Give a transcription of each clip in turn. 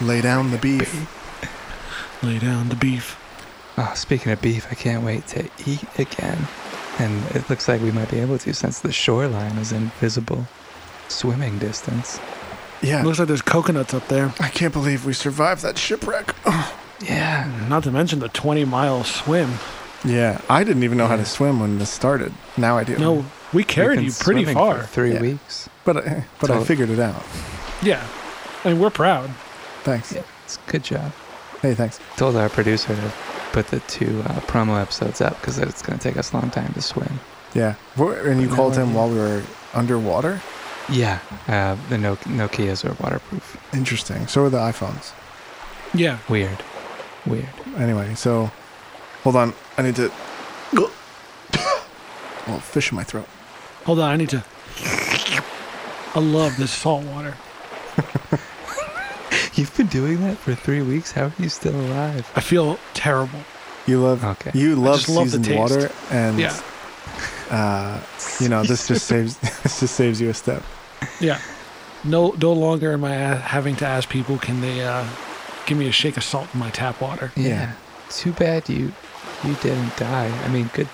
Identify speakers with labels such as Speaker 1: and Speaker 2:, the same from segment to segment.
Speaker 1: Lay down the beef.
Speaker 2: Lay down the beef.
Speaker 3: Oh, speaking of beef, I can't wait to eat again. And it looks like we might be able to since the shoreline is invisible. Swimming distance.
Speaker 1: Yeah.
Speaker 2: Looks like there's coconuts up there.
Speaker 1: I can't believe we survived that shipwreck. Ugh.
Speaker 3: Yeah.
Speaker 2: Not to mention the 20 mile swim.
Speaker 1: yeah, I didn't even know how to swim when this started. Now I do.
Speaker 2: No, we
Speaker 3: We've
Speaker 2: carried
Speaker 3: been
Speaker 2: you pretty
Speaker 3: swimming for
Speaker 2: far.
Speaker 3: three
Speaker 1: Yeah.
Speaker 3: weeks.
Speaker 1: but I, but I
Speaker 3: So-
Speaker 1: figured it out.
Speaker 2: Yeah. I mean, we're proud.
Speaker 1: Thanks.
Speaker 3: Yeah, it's a good job.
Speaker 1: Hey, thanks.
Speaker 3: Told our producer to put the two uh, promo episodes up because it's going to take us a long time to swim.
Speaker 1: Yeah. Wha- And you
Speaker 3: No
Speaker 1: called him
Speaker 3: idea.
Speaker 1: while we were underwater.
Speaker 3: Yeah, uh, the no- Nokias are waterproof.
Speaker 1: Interesting. So are the iPhones.
Speaker 2: Yeah.
Speaker 3: Weird. Weird.
Speaker 1: Anyway, so hold on. I need to. little fish in my throat.
Speaker 2: Hold on, I need to. I love this salt water.
Speaker 3: You've been doing that for three weeks. How are you still alive?
Speaker 2: I feel terrible.
Speaker 1: You love.
Speaker 3: Okay.
Speaker 1: You love
Speaker 2: just love the
Speaker 1: seasoned
Speaker 2: taste.
Speaker 1: water, and
Speaker 2: Yeah.
Speaker 1: uh, you know this just saves this just saves you a step.
Speaker 2: Yeah. No, no longer am I a- having to ask people, can they uh, give me a shake of salt in my tap water?
Speaker 3: Yeah.
Speaker 1: Yeah.
Speaker 3: Too bad you you didn't die. I mean, good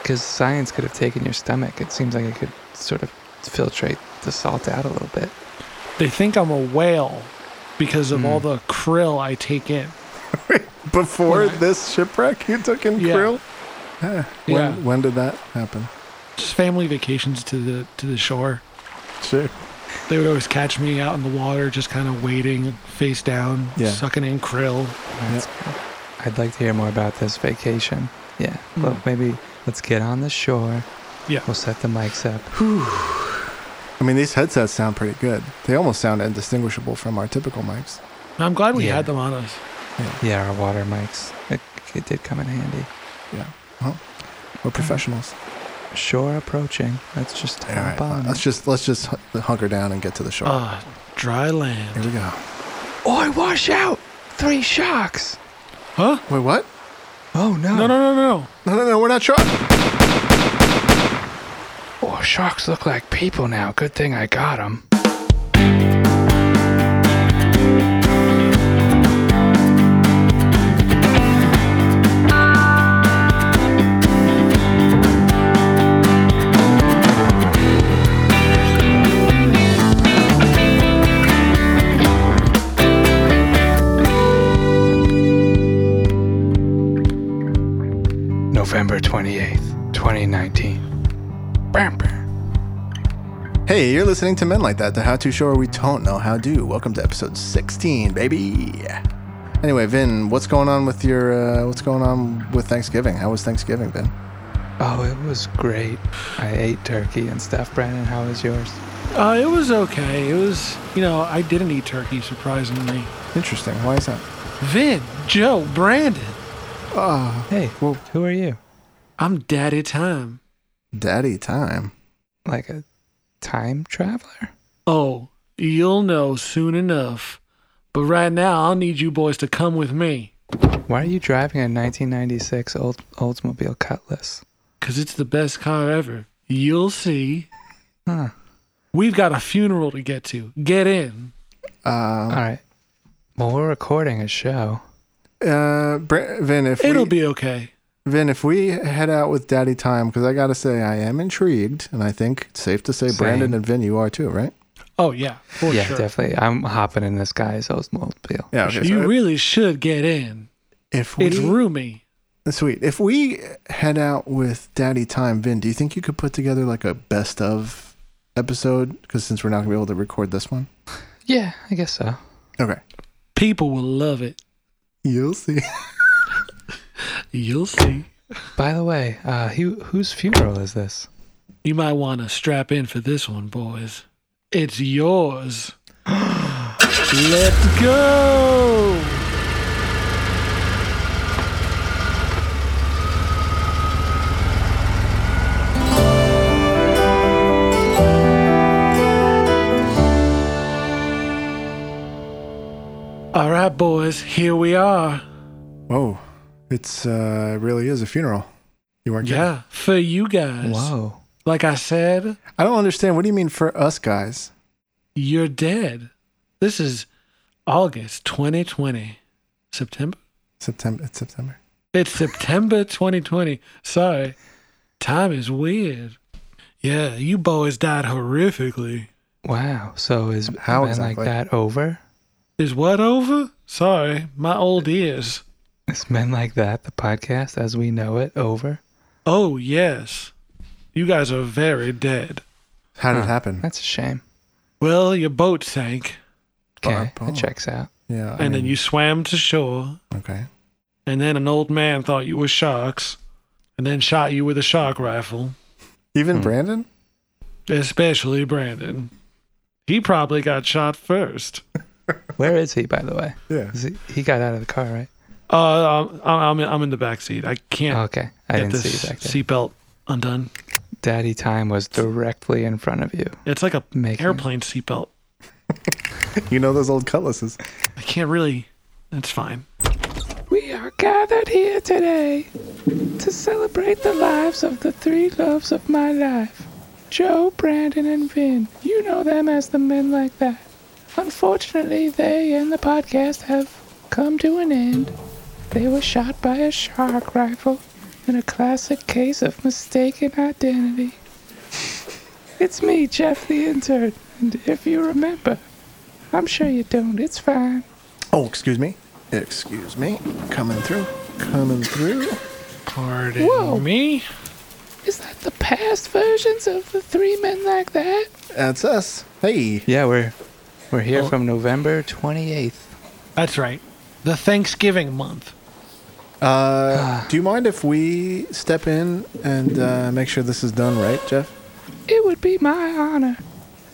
Speaker 3: because science could have taken your stomach. It seems like it could sort of filtrate the salt out a little bit.
Speaker 2: They think I'm a whale because of all
Speaker 3: Mm.
Speaker 2: the krill I take in.
Speaker 1: Before
Speaker 2: When I-
Speaker 1: this shipwreck, you took in
Speaker 2: Yeah.
Speaker 1: krill. Huh. When,
Speaker 2: Yeah.
Speaker 1: when did that happen?
Speaker 2: Just family vacations to the to the shore.
Speaker 1: Sure.
Speaker 2: They would always catch me out in the water, just kind of waiting, face down,
Speaker 1: Yeah.
Speaker 2: sucking in krill.
Speaker 3: That's good. I'd like to hear more about this vacation. Yeah.
Speaker 1: Hmm.
Speaker 2: Mm.
Speaker 3: Well, maybe let's get on the shore.
Speaker 2: Yeah.
Speaker 3: We'll set the mics up.
Speaker 1: I mean, these headsets sound pretty good. They almost sound indistinguishable from our typical mics.
Speaker 2: I'm glad we
Speaker 3: Yeah.
Speaker 2: had them on us.
Speaker 3: Yeah, our water mics. It, it did come in handy.
Speaker 1: We're professionals.
Speaker 3: Shore approaching. Let's just
Speaker 1: All right,
Speaker 3: hop on.
Speaker 1: let's just let's just hun- hunker down and get to the shore.
Speaker 2: Ah, dry
Speaker 1: Here
Speaker 2: land.
Speaker 1: we go.
Speaker 3: Oi, wash Oh, out! Three shocks!
Speaker 2: Huh?
Speaker 1: Wait, what?
Speaker 3: Oh, no.
Speaker 2: No, no, no, no, no.
Speaker 1: No, no, no. We're not sharks.
Speaker 3: Oh, sharks look like people now. Good thing I got them. November 28th, 2019. Bam, bam.
Speaker 1: Hey, you're listening to Men Like That, the How To Show Where We Don't Know How To. Welcome to episode 16, baby. Anyway, Vin, what's going on with your uh, what's going on with Thanksgiving? How was Thanksgiving, Vin?
Speaker 3: Oh, it was great. I ate turkey and stuff. Brandon, how was yours?
Speaker 2: Uh, it was okay. It was, you know, I didn't eat turkey, surprisingly.
Speaker 1: Interesting. Why is that?
Speaker 2: Vin, Joe, Brandon, Ah.
Speaker 1: Oh,
Speaker 3: Hey,
Speaker 1: Well-
Speaker 3: who are you?
Speaker 2: I'm daddy time.
Speaker 1: daddy time.
Speaker 3: Like a time traveler?
Speaker 2: Oh, you'll know soon enough. But right now, I'll need you boys to come with me,
Speaker 3: Why are you driving a 1996 old Oldsmobile Cutlass?
Speaker 2: 'cause it's the best car ever. You'll see.
Speaker 3: Huh.
Speaker 2: We've got a funeral to get to. Get in.
Speaker 3: All
Speaker 1: Uh,
Speaker 3: right. Well, we're recording a show.
Speaker 1: uh, Br- Vin, if
Speaker 2: It'll
Speaker 1: we,
Speaker 2: be okay.
Speaker 1: Vin, if we head out with daddy time, because I gotta say I am intrigued, and I think it's safe to say
Speaker 3: Same.
Speaker 1: Brandon and Vin, you are too, right?
Speaker 2: Oh, yeah, for
Speaker 3: yeah,
Speaker 2: sure.
Speaker 3: definitely. I'm hopping in this guy's Oldsmobile.
Speaker 1: Yeah.
Speaker 2: You really should get in.
Speaker 1: if we
Speaker 2: It's roomy.
Speaker 1: Sweet. If we head out with Daddy Time, Vin, do you think you could put together like a best of episode? Because since we're not gonna be able to record this one,
Speaker 3: Yeah, I guess so.
Speaker 1: okay,
Speaker 2: People will love it.
Speaker 1: you'll see.
Speaker 2: You'll see.
Speaker 3: By the way, uh, who, whose funeral is this?
Speaker 2: You might want to strap in for this one, boys. It's yours. Let's go. All right, boys, here we are.
Speaker 1: Whoa, it's uh, it really is a funeral. You weren't. kidding.
Speaker 2: Yeah, for you guys.
Speaker 3: Whoa.
Speaker 2: Like I said,
Speaker 1: I don't understand. What do you mean for us guys?
Speaker 2: you're dead. This is August 2020. September?
Speaker 1: September. It's September.
Speaker 2: It's September 2020. Sorry. Time is weird. Yeah, you boys died horrifically.
Speaker 3: Wow. So is
Speaker 1: How
Speaker 3: been
Speaker 1: exactly?
Speaker 3: like that over?
Speaker 2: Is what over? Sorry, my old ears.
Speaker 3: Is men like that the podcast as we know it over?
Speaker 2: Oh, yes. You guys are very dead.
Speaker 1: How did
Speaker 3: Huh.
Speaker 1: it happen?
Speaker 3: That's a shame.
Speaker 2: Well, your boat sank,
Speaker 3: Okay,
Speaker 1: Ba-ba.
Speaker 3: that checks out.
Speaker 1: Yeah. I
Speaker 2: and then
Speaker 1: mean,
Speaker 2: you swam to shore,
Speaker 1: Okay.
Speaker 2: and then an old man thought you were sharks, and then shot you with a shark rifle,
Speaker 1: Even
Speaker 3: Hmm.
Speaker 1: Brandon.
Speaker 2: especially Brandon. He probably got shot first.
Speaker 3: Where is he, by the way?
Speaker 1: Yeah.
Speaker 3: Is he, he got out of the car, right? Oh,
Speaker 2: Uh, I'm, I'm, in- I'm in the back seat. I can't
Speaker 3: Okay, I
Speaker 2: get
Speaker 3: didn't
Speaker 2: this
Speaker 3: see you back there.
Speaker 2: seatbelt undone.
Speaker 3: Daddy time was directly in front of you.
Speaker 2: It's like a
Speaker 3: Making
Speaker 2: airplane seatbelt.
Speaker 1: You know those old cutlasses.
Speaker 2: I can't really. It's fine.
Speaker 3: We are gathered here today to celebrate the lives of the three loves of my life Joe, Brandon, and Vin. You know them as the men like that. Unfortunately, they and the podcast have come to an end. They were shot by a shark rifle in a classic case of mistaken identity. It's me, Jeff the intern, and if you remember, I'm sure you don't, it's fine.
Speaker 1: Oh, excuse me. Excuse me. Coming through. Coming through.
Speaker 2: Pardon
Speaker 3: Whoa.
Speaker 2: me.
Speaker 3: Is that the past versions of the three men like that?
Speaker 1: That's us. Hey.
Speaker 3: Yeah, we're we're here
Speaker 2: Oh.
Speaker 3: from November twenty eighth.
Speaker 2: That's right. The Thanksgiving month.
Speaker 1: Uh, do you mind if we step in and uh, make sure this is done right, Jeff?
Speaker 3: It would be my honor.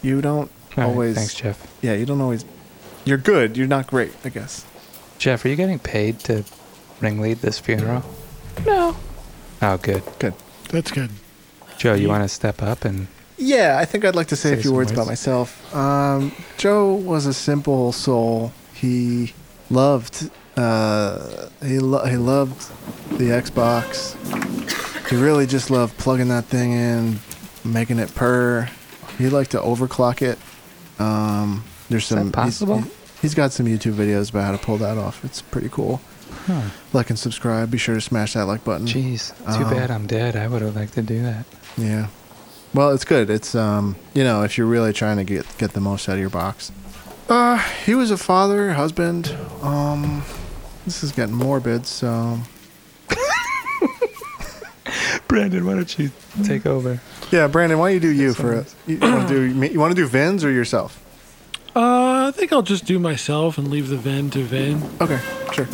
Speaker 1: You don't always.
Speaker 3: thanks, Jeff.
Speaker 1: Yeah, you don't always. You're good. You're not great, I guess.
Speaker 3: Jeff, are you getting paid to ringlead this funeral? No. Oh, good.
Speaker 1: Good.
Speaker 2: That's good.
Speaker 3: Joe, you want to step up and
Speaker 1: Yeah, I think I'd like to say,
Speaker 3: Say
Speaker 1: a few
Speaker 3: some
Speaker 1: words
Speaker 3: words.
Speaker 1: about myself. Um, Joe was a simple soul. He loved uh, he lo- he loved the Xbox. He really just loved plugging that thing in, making it purr. He liked to overclock it. Um, there's
Speaker 3: that
Speaker 1: some he's-
Speaker 3: possible?
Speaker 1: he's got some YouTube videos about how to pull that off. It's pretty cool.
Speaker 3: huh.
Speaker 1: Like and subscribe. Be sure to smash that like button.
Speaker 3: Jeez, too
Speaker 1: Um,
Speaker 3: bad I'm dead. I would have liked to do that.
Speaker 1: Yeah. Well, it's good. It's um, you know, if you're really trying to get get the most out of your box. Uh, he was a father, husband. Um, this is getting morbid, so
Speaker 3: Brandon, why don't you take over?
Speaker 1: Yeah, Brandon, why don't you do you
Speaker 3: That's
Speaker 1: for it? You
Speaker 3: nice.
Speaker 1: want to do me- you want to do Vin's or yourself?
Speaker 2: Uh, I think I'll just do myself and leave the Vin to Vin.
Speaker 1: Okay, sure.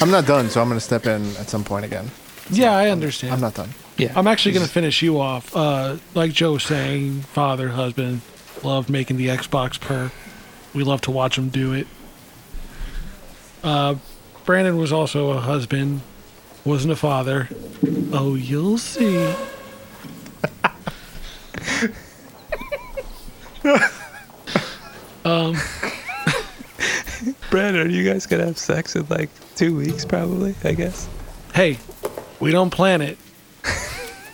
Speaker 1: I'm not done, so I'm gonna step in at some point again.
Speaker 2: yeah, I understand.
Speaker 1: I'm not done.
Speaker 3: Yeah,
Speaker 2: I'm actually going to finish you off. Uh, like Joe was saying, father, husband, love making the Xbox purr. We love to watch him do it. Uh, Brandon was also a husband, wasn't a father. Oh, you'll see. um,
Speaker 3: Brandon, are you guys gonna have sex in like two weeks, probably? I guess.
Speaker 2: hey, we don't plan it.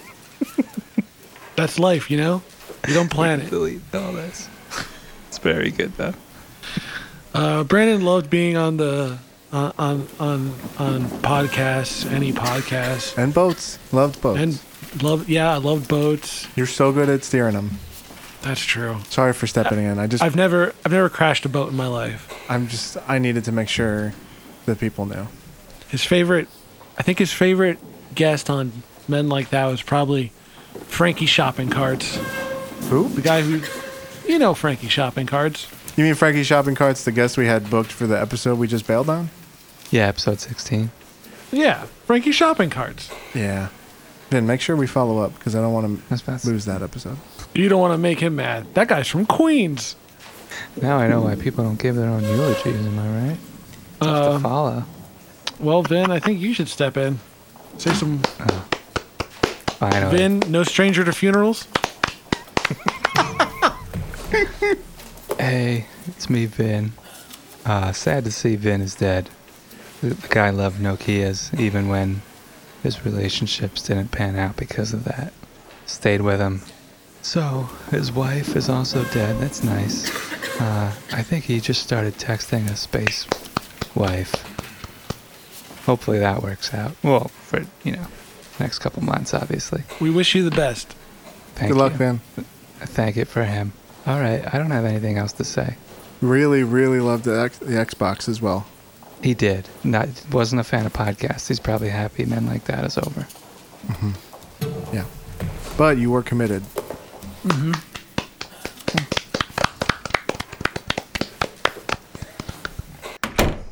Speaker 2: That's life, you know? You don't plan it.
Speaker 3: Delete all this. It's very good though.
Speaker 2: Uh, Brandon loved being on the on on on, on podcasts, any podcast,
Speaker 1: And boats, loved boats.
Speaker 2: and love. Yeah, I loved boats.
Speaker 1: you're so good at steering them.
Speaker 2: That's true.
Speaker 1: Sorry for stepping in. I just
Speaker 2: I've never I've never crashed a boat in my life.
Speaker 1: I'm just I needed to make sure that people knew.
Speaker 2: His favorite, I think his favorite guest on Men Like That was probably Frankie Shopping Carts,
Speaker 1: Who?
Speaker 2: the guy who, you know, Frankie Shopping Carts.
Speaker 1: You mean Frankie Shopping Carts, the guest we had booked for the episode we just bailed on?
Speaker 3: Yeah, episode sixteen.
Speaker 2: Yeah, Frankie Shopping Carts.
Speaker 1: Yeah. Then make sure we follow up because I don't want
Speaker 3: That's best.
Speaker 1: to lose that episode.
Speaker 2: You don't want to make him mad. That guy's from Queens.
Speaker 3: Now I know why people don't give their own eulogies, am I right? Tough
Speaker 2: Uh,
Speaker 3: to follow.
Speaker 2: Well, Vin, I think you should step in. Say some
Speaker 3: Finally.
Speaker 2: Vin, no stranger to funerals.
Speaker 3: Hey, it's me, Vin. Uh, sad to see Vin is dead. The the guy loved Nokia's even when his relationships didn't pan out because of that. Stayed with him. So, his wife is also dead. That's nice. Uh, I think he just started texting his space wife. Hopefully that works out. Well, for you know, next couple months, obviously.
Speaker 2: We wish you the best.
Speaker 3: Thank
Speaker 1: Good luck,
Speaker 3: you.
Speaker 1: man.
Speaker 3: Thank it for him. All right, I don't have anything else to say.
Speaker 1: Really, really loved the, X- the Xbox as well.
Speaker 3: He did. Not wasn't a fan of podcasts. He's probably happy. Men like that is over.
Speaker 1: Yeah. But you were committed.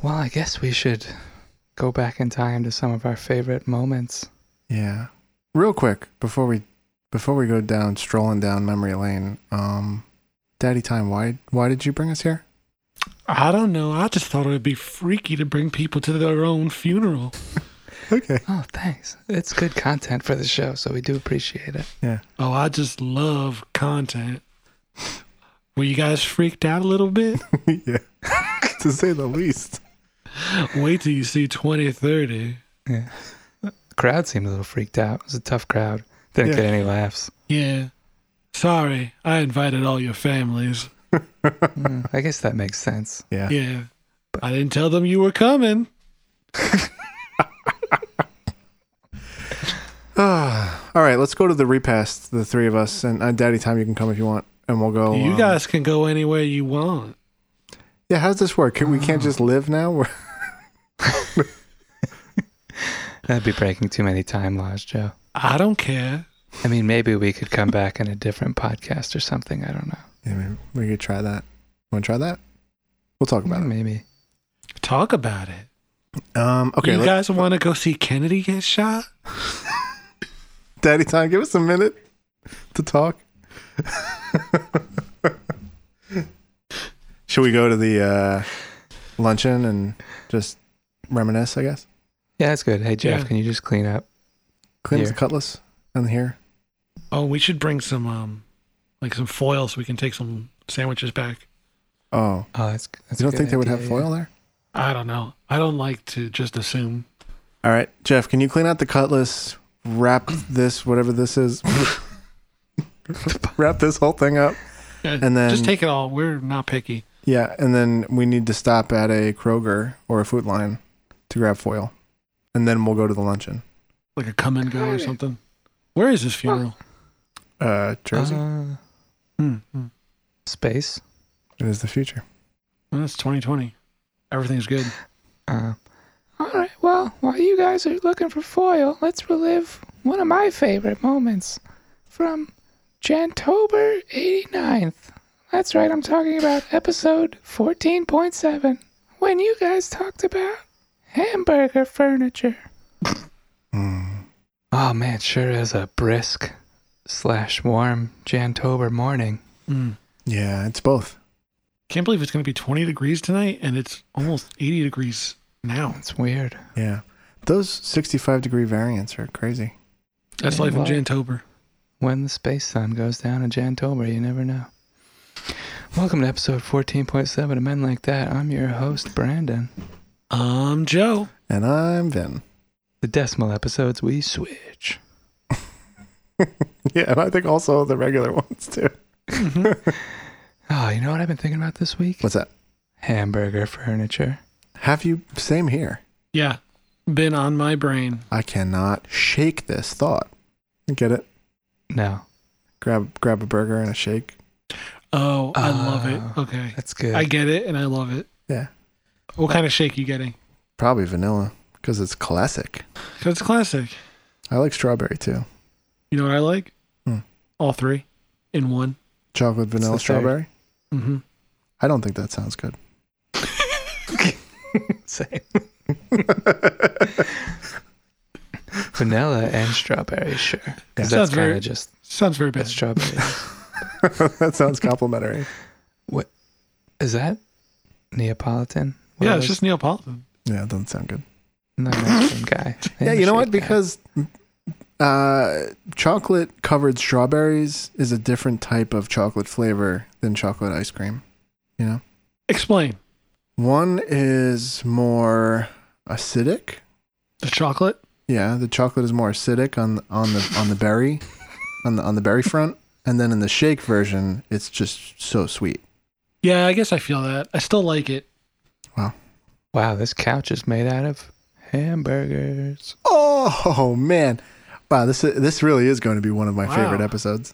Speaker 3: Well, I guess we should go back in time to some of our favorite moments.
Speaker 1: Yeah. Real quick before we before we go down strolling down memory lane, um, Daddy Time, why why did you bring us here?
Speaker 2: I don't know. I just thought it would be freaky to bring people to their own funeral.
Speaker 1: Okay.
Speaker 3: Oh, thanks. It's good content for the show, so we do appreciate it.
Speaker 1: Yeah.
Speaker 2: Oh, I just love content. Were you guys freaked out a little bit?
Speaker 1: yeah. to say the least.
Speaker 2: Wait till you see 2030.
Speaker 3: crowd seemed a little freaked out. It was a tough crowd. Didn't
Speaker 1: Yeah.
Speaker 3: get any laughs.
Speaker 2: Yeah. Sorry, I invited all your families.
Speaker 3: Mm, I guess that makes sense.
Speaker 1: Yeah.
Speaker 2: Yeah. I didn't tell them you were coming.
Speaker 1: Ah, All right, let's go to the repast, the three of us, and uh, Daddy Time, you can come if you want, and we'll go.
Speaker 2: you
Speaker 1: um,
Speaker 2: guys can go anywhere you want.
Speaker 1: Yeah, how does this work? Can, we can't just
Speaker 2: Ah.
Speaker 1: live now. We're,
Speaker 3: That'd be breaking too many time laws, Joe.
Speaker 2: I don't care.
Speaker 3: I mean, maybe we could come back in a different podcast or something. I don't know.
Speaker 1: yeah, maybe we could try that. Want to try that? We'll talk about
Speaker 3: Maybe.
Speaker 2: Talk about it.
Speaker 1: it. Um. Okay.
Speaker 2: Hmm.
Speaker 1: let-
Speaker 2: you guys want to go see Kennedy get shot?
Speaker 1: Daddy Time, give us a minute to talk. Should we go to the uh, luncheon and just reminisce? I guess.
Speaker 3: Yeah, that's good. Hey, Jeff,
Speaker 2: Yeah.
Speaker 3: can you just clean up?
Speaker 1: Clean up
Speaker 3: Here.
Speaker 1: the cutlass and here.
Speaker 2: Oh, we should bring some um like some foil so we can take some sandwiches back.
Speaker 1: Oh,
Speaker 3: Oh, that's, that's
Speaker 1: you don't
Speaker 3: a
Speaker 1: think
Speaker 3: good
Speaker 1: they would have
Speaker 3: idea,
Speaker 1: foil there?
Speaker 2: I don't know. I don't like to just assume.
Speaker 1: All right, Jeff, can you clean out the cutlass? Wrap this, whatever this is. wrap this whole thing up. And then-
Speaker 2: just take it all. We're not picky.
Speaker 1: Yeah, and then we need to stop at a Kroger or a Food Line to grab foil, and then we'll go to the luncheon.
Speaker 2: Like a come and go or something. Where is his funeral?
Speaker 1: Uh,
Speaker 3: yeah.
Speaker 2: Uh-huh.
Speaker 1: Jersey
Speaker 3: Uh,
Speaker 2: Hmm. hmm.
Speaker 3: space.
Speaker 1: it is the future.
Speaker 2: Well, it's 2020. Everything's good.
Speaker 3: Uh,
Speaker 4: All right, well, while you guys are looking for foil, let's relive one of my favorite moments from Jantober 89th. That's right, I'm talking about episode 14.7 when you guys talked about hamburger furniture.
Speaker 1: Mm,
Speaker 3: oh, man, sure is a brisk slash warm Jantober morning.
Speaker 2: Mm.
Speaker 1: Yeah, it's both.
Speaker 2: Can't believe it's going to be 20 degrees tonight, and it's almost 80 degrees now.
Speaker 3: It's weird.
Speaker 1: Yeah. Those 65 degree variants are crazy.
Speaker 2: That's
Speaker 3: Yeah,
Speaker 2: life in
Speaker 3: well.
Speaker 2: Jantober.
Speaker 3: When the space sun goes down in Jantober, you never know. Welcome to episode 14.7 of Men Like That. I'm your host, Brandon.
Speaker 2: I'm Um, Joe.
Speaker 1: And I'm Vin.
Speaker 3: The decimal episodes, we switch.
Speaker 1: Yeah, and I think also the regular ones too.
Speaker 2: Mm-hmm.
Speaker 3: Oh, you know what I've been thinking about this week?
Speaker 1: What's that?
Speaker 3: Hamburger furniture.
Speaker 1: Have you? Same here.
Speaker 2: Yeah. Been on my brain.
Speaker 1: I cannot shake this thought. Get it?
Speaker 3: No,
Speaker 1: Grab grab a burger and a shake.
Speaker 2: Oh, I love it.
Speaker 3: Oh.
Speaker 2: Okay.
Speaker 3: that's good.
Speaker 2: I get it, and I love it.
Speaker 1: Yeah.
Speaker 2: What kind of shake you getting?
Speaker 1: Probably vanilla because it's classic.
Speaker 2: 'Cause it's classic.
Speaker 1: I like strawberry too.
Speaker 2: You know what I like?
Speaker 1: Hmm.
Speaker 2: All three in one.
Speaker 1: Chocolate vanilla
Speaker 3: the third.
Speaker 1: strawberry.
Speaker 2: Mm-hmm.
Speaker 1: I don't think that sounds good.
Speaker 3: Same. Vanilla and strawberry, sure. 'Cause
Speaker 1: Yeah.
Speaker 3: that's
Speaker 2: Sounds
Speaker 3: kind
Speaker 2: very-
Speaker 3: of just
Speaker 2: Sounds very
Speaker 3: that's
Speaker 2: bad.
Speaker 3: strawberry.
Speaker 1: that sounds complimentary.
Speaker 3: Is that Neapolitan? What
Speaker 2: Yeah,
Speaker 3: was-
Speaker 2: it's just Neapolitan.
Speaker 1: Yeah, it doesn't sound good.
Speaker 3: No, that's some guy.
Speaker 1: yeah, you know what?
Speaker 3: Handshake guy.
Speaker 1: Because uh, chocolate covered strawberries is a different type of chocolate flavor than chocolate ice cream. You know,
Speaker 2: Explain
Speaker 1: one is more acidic.
Speaker 2: the chocolate.
Speaker 1: Yeah, the chocolate is more acidic on on the on the berry, on the on the berry front, and then in the shake version, it's just so sweet.
Speaker 2: Yeah, I guess I feel that. I still like it.
Speaker 3: Wow, this couch is made out of hamburgers.
Speaker 1: Oh man, wow! This this really is going to be one of my
Speaker 2: Wow.
Speaker 1: favorite episodes.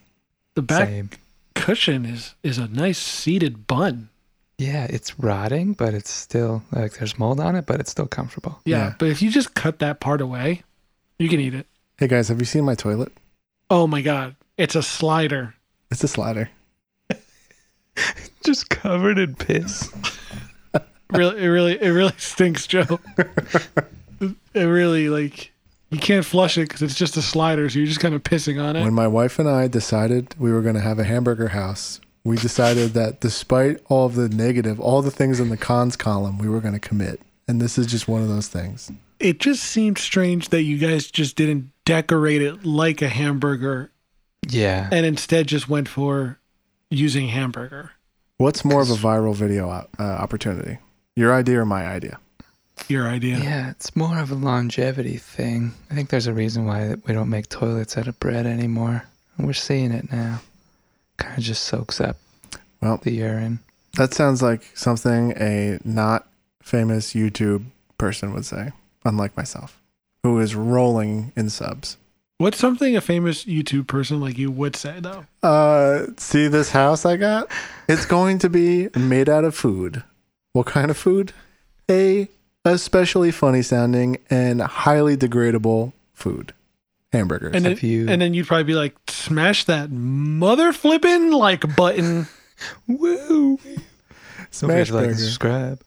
Speaker 2: The back
Speaker 3: Same.
Speaker 2: cushion is is a nice seated bun.
Speaker 3: Yeah, it's rotting, but it's still like there's mold on it, but it's still comfortable.
Speaker 2: Yeah,
Speaker 1: Yeah.
Speaker 2: but if you just cut that part away, you can eat it.
Speaker 1: Hey guys, have you seen my toilet?
Speaker 2: Oh my god, it's a slider.
Speaker 1: It's a slider.
Speaker 3: Just covered in piss.
Speaker 2: Really, it really, it really stinks, Joe. it really like you can't flush it because it's just a slider, so you're just kind of pissing on it.
Speaker 1: When my wife and I decided we were going to have a hamburger house, we decided that despite all of the negative, all the things in the cons column, we were going to commit. And this is just one of those things.
Speaker 2: it just seemed strange that you guys just didn't decorate it like a hamburger
Speaker 3: Yeah.
Speaker 2: and instead just went for using hamburger.
Speaker 1: What's more of a viral video uh, opportunity? Your idea or my idea?
Speaker 2: Your idea.
Speaker 3: Yeah, it's more of a longevity thing. I think there's a reason why that we don't make toilets out of bread anymore. And we're seeing it now. Kind of just soaks up
Speaker 1: Well-
Speaker 3: the urine.
Speaker 1: That sounds like something a not famous YouTube person would say, unlike myself, who is rolling in subs.
Speaker 2: What's something a famous YouTube person like you would say though?
Speaker 1: Uh, see this house I got? It's going to be made out of food. What kind of food? A especially funny sounding and highly degradable food. Hamburgers.
Speaker 2: And then,
Speaker 3: Have you-
Speaker 2: and then you'd probably be like, smash that mother flipping like button.
Speaker 3: Woo! So
Speaker 1: Smash
Speaker 3: like and
Speaker 1: burger.
Speaker 3: subscribe.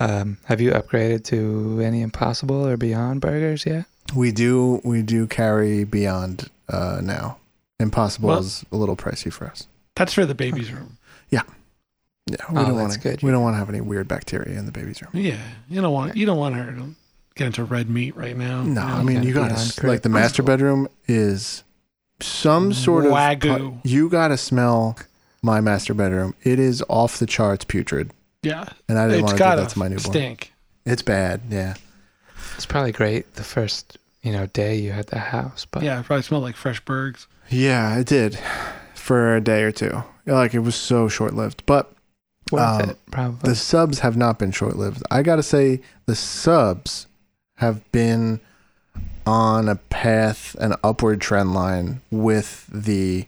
Speaker 3: Um, have you upgraded to any Impossible or Beyond burgers yet?
Speaker 1: we do we do carry beyond uh now. Impossible
Speaker 2: Well-
Speaker 1: is a little pricey for us.
Speaker 2: That's for the baby's room.
Speaker 1: Yeah, we
Speaker 3: Oh,
Speaker 1: don't
Speaker 3: that's
Speaker 1: want to.
Speaker 3: good.
Speaker 1: We don't want to have any weird bacteria in the baby's room.
Speaker 2: Yeah. You don't want you don't want her to get into red meat right now.
Speaker 1: No,
Speaker 2: You
Speaker 1: I
Speaker 2: know?
Speaker 1: mean
Speaker 3: Oh, gotta
Speaker 1: you got
Speaker 3: be on
Speaker 1: to
Speaker 3: crit.
Speaker 1: like the master bedroom is some sort of
Speaker 2: Wagyu.
Speaker 1: You got to smell my master bedroom. It is off the charts putrid,
Speaker 2: yeah.
Speaker 1: and I didn't
Speaker 2: It's
Speaker 1: want to do
Speaker 2: gotta
Speaker 1: that to my newborn.
Speaker 2: stink.
Speaker 1: It's bad. Yeah,
Speaker 3: It's probably great the first you know day you had the house, but
Speaker 2: Yeah, it probably smelled like fresh burgers.
Speaker 1: yeah, it did for a day or two. Like it was so short lived, but
Speaker 3: worth
Speaker 1: Um,
Speaker 3: it probably.
Speaker 1: the subs have not been short lived. I got to say the subs have been on a path, an upward trend line with the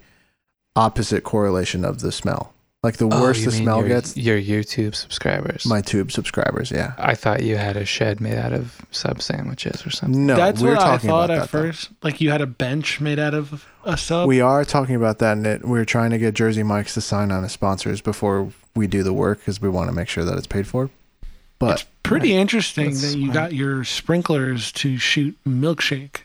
Speaker 1: opposite correlation of the smell. Like the
Speaker 3: Oh,
Speaker 1: worse
Speaker 3: you
Speaker 1: the
Speaker 3: mean
Speaker 1: smell
Speaker 3: your,
Speaker 1: gets,
Speaker 3: your YouTube subscribers.
Speaker 1: my tube subscribers. Yeah.
Speaker 3: I thought you had a shed made out of sub sandwiches or something.
Speaker 1: No,
Speaker 2: That's
Speaker 1: we were
Speaker 2: what I
Speaker 1: talking
Speaker 2: thought
Speaker 1: about
Speaker 2: at
Speaker 1: that, though.
Speaker 2: first. Like you had a bench made out of a sub.
Speaker 1: We are talking about that, and it, we're trying to get Jersey Mike's to sign on as sponsors before we do the work because we want to make sure that it's paid for. But
Speaker 2: it's pretty interesting
Speaker 3: That's
Speaker 2: that you
Speaker 3: smart.
Speaker 2: got your sprinklers to shoot milkshake.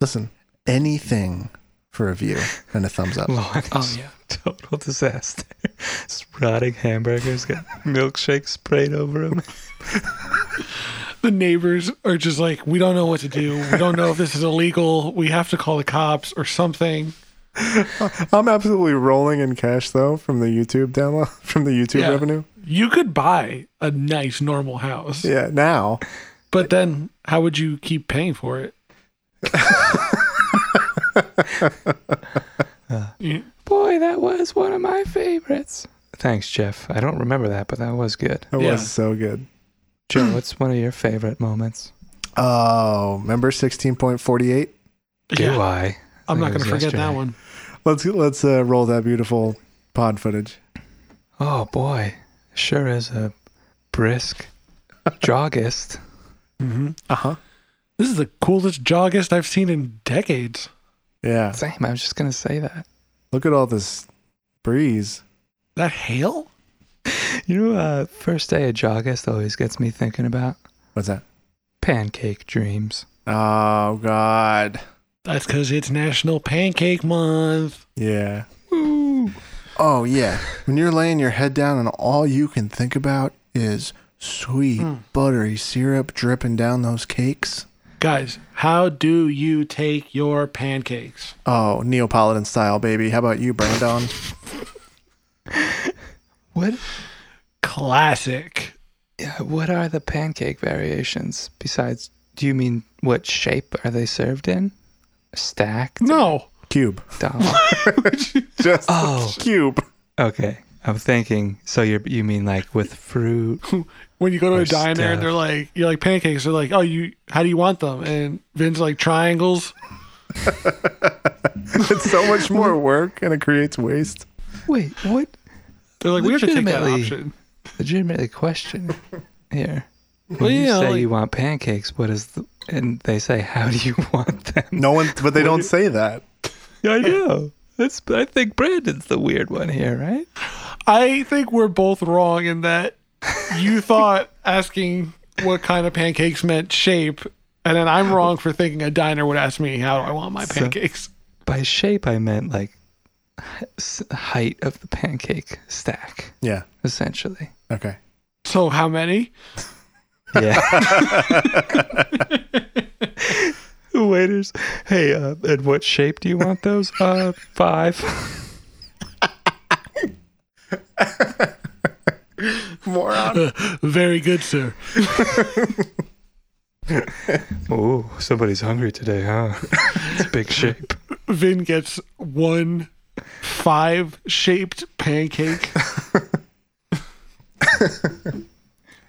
Speaker 1: listen, anything for a view and a thumbs up.
Speaker 3: Lauren
Speaker 2: Oh
Speaker 3: is
Speaker 2: yeah.
Speaker 3: total disaster. Just rotting hamburgers, got milkshake sprayed over them.
Speaker 2: The neighbors are just like, we don't know what to do. We don't know if this is illegal. We have to call the cops or something.
Speaker 1: I'm absolutely rolling in cash though from the YouTube download, from the YouTube
Speaker 2: Yeah.
Speaker 1: revenue.
Speaker 2: You could buy a nice normal house,
Speaker 1: Yeah, now
Speaker 2: but then how would you keep paying for it? You-
Speaker 4: Boy, that was one of my favorites.
Speaker 3: Thanks, Jeff. I don't remember that, but that was good.
Speaker 1: it
Speaker 2: Yeah.
Speaker 1: was so good.
Speaker 3: Joe, what's one of your favorite moments?
Speaker 1: Oh, remember 16.48?
Speaker 3: Do
Speaker 2: yeah,
Speaker 3: I? think it
Speaker 2: I'm not going to
Speaker 3: was
Speaker 2: forget that
Speaker 3: yesterday.
Speaker 2: one.
Speaker 1: Let's let's uh, roll that beautiful pod footage.
Speaker 3: Oh boy, sure is a brisk joggist.
Speaker 1: Uh
Speaker 2: Uh-huh.
Speaker 1: huh.
Speaker 2: Mm-hmm. This is the coolest joggist I've seen in decades.
Speaker 1: Yeah.
Speaker 3: Same. I was just gonna say that.
Speaker 1: Look at all this breeze.
Speaker 2: That hail?
Speaker 3: You know, uh, first day of joggist always gets me thinking about
Speaker 1: What's that?
Speaker 3: pancake dreams.
Speaker 1: Oh God.
Speaker 2: That's because it's National Pancake Month.
Speaker 1: Yeah. Oh yeah. When you're laying your head down and all you can think about is sweet
Speaker 2: Hmm.
Speaker 1: buttery syrup dripping down those cakes.
Speaker 2: Guys, how do you take your pancakes?
Speaker 1: Oh, Neapolitan style, baby. How about you, Brandon?
Speaker 3: What?
Speaker 2: Classic.
Speaker 3: Yeah, what are the pancake variations besides? Do you mean what shape are they served in? Stacked?
Speaker 2: No.
Speaker 1: cube.
Speaker 3: Doll.
Speaker 1: Just
Speaker 3: Oh.
Speaker 1: cube.
Speaker 3: Okay. I'm thinking. So you you mean like with fruit?
Speaker 2: when you go to
Speaker 3: Or
Speaker 2: a diner
Speaker 3: stuff.
Speaker 2: and they're like you're like pancakes they're like oh you how do you want them and vin's like triangles
Speaker 1: It's so much more work and it creates waste.
Speaker 3: Wait, what?
Speaker 2: they're like we have to take that
Speaker 3: Legitimately.
Speaker 2: option
Speaker 3: Legitimately question here. When
Speaker 2: Well,
Speaker 3: you
Speaker 2: yeah,
Speaker 3: say
Speaker 2: like-
Speaker 3: you want pancakes, what is the, and they say how do you want them?
Speaker 1: No one, but they don't say that.
Speaker 3: I know. That's I think Brandon's the weird one here, right?
Speaker 2: i think we're both wrong in that you thought asking what kind of pancakes meant shape and then i'm wrong for thinking a diner would ask me how do i want my
Speaker 3: So-
Speaker 2: pancakes
Speaker 3: By shape, I meant like h- s- height of the pancake stack,
Speaker 1: Yeah.
Speaker 3: essentially.
Speaker 1: Okay.
Speaker 2: so how many
Speaker 3: Yeah. The Waiters, hey, uh, and what shape do you want those? Uh, five.
Speaker 1: Moron.
Speaker 2: very good sir
Speaker 3: Ooh, somebody's hungry today, huh? It's a big shape.
Speaker 2: vin gets one five shaped pancake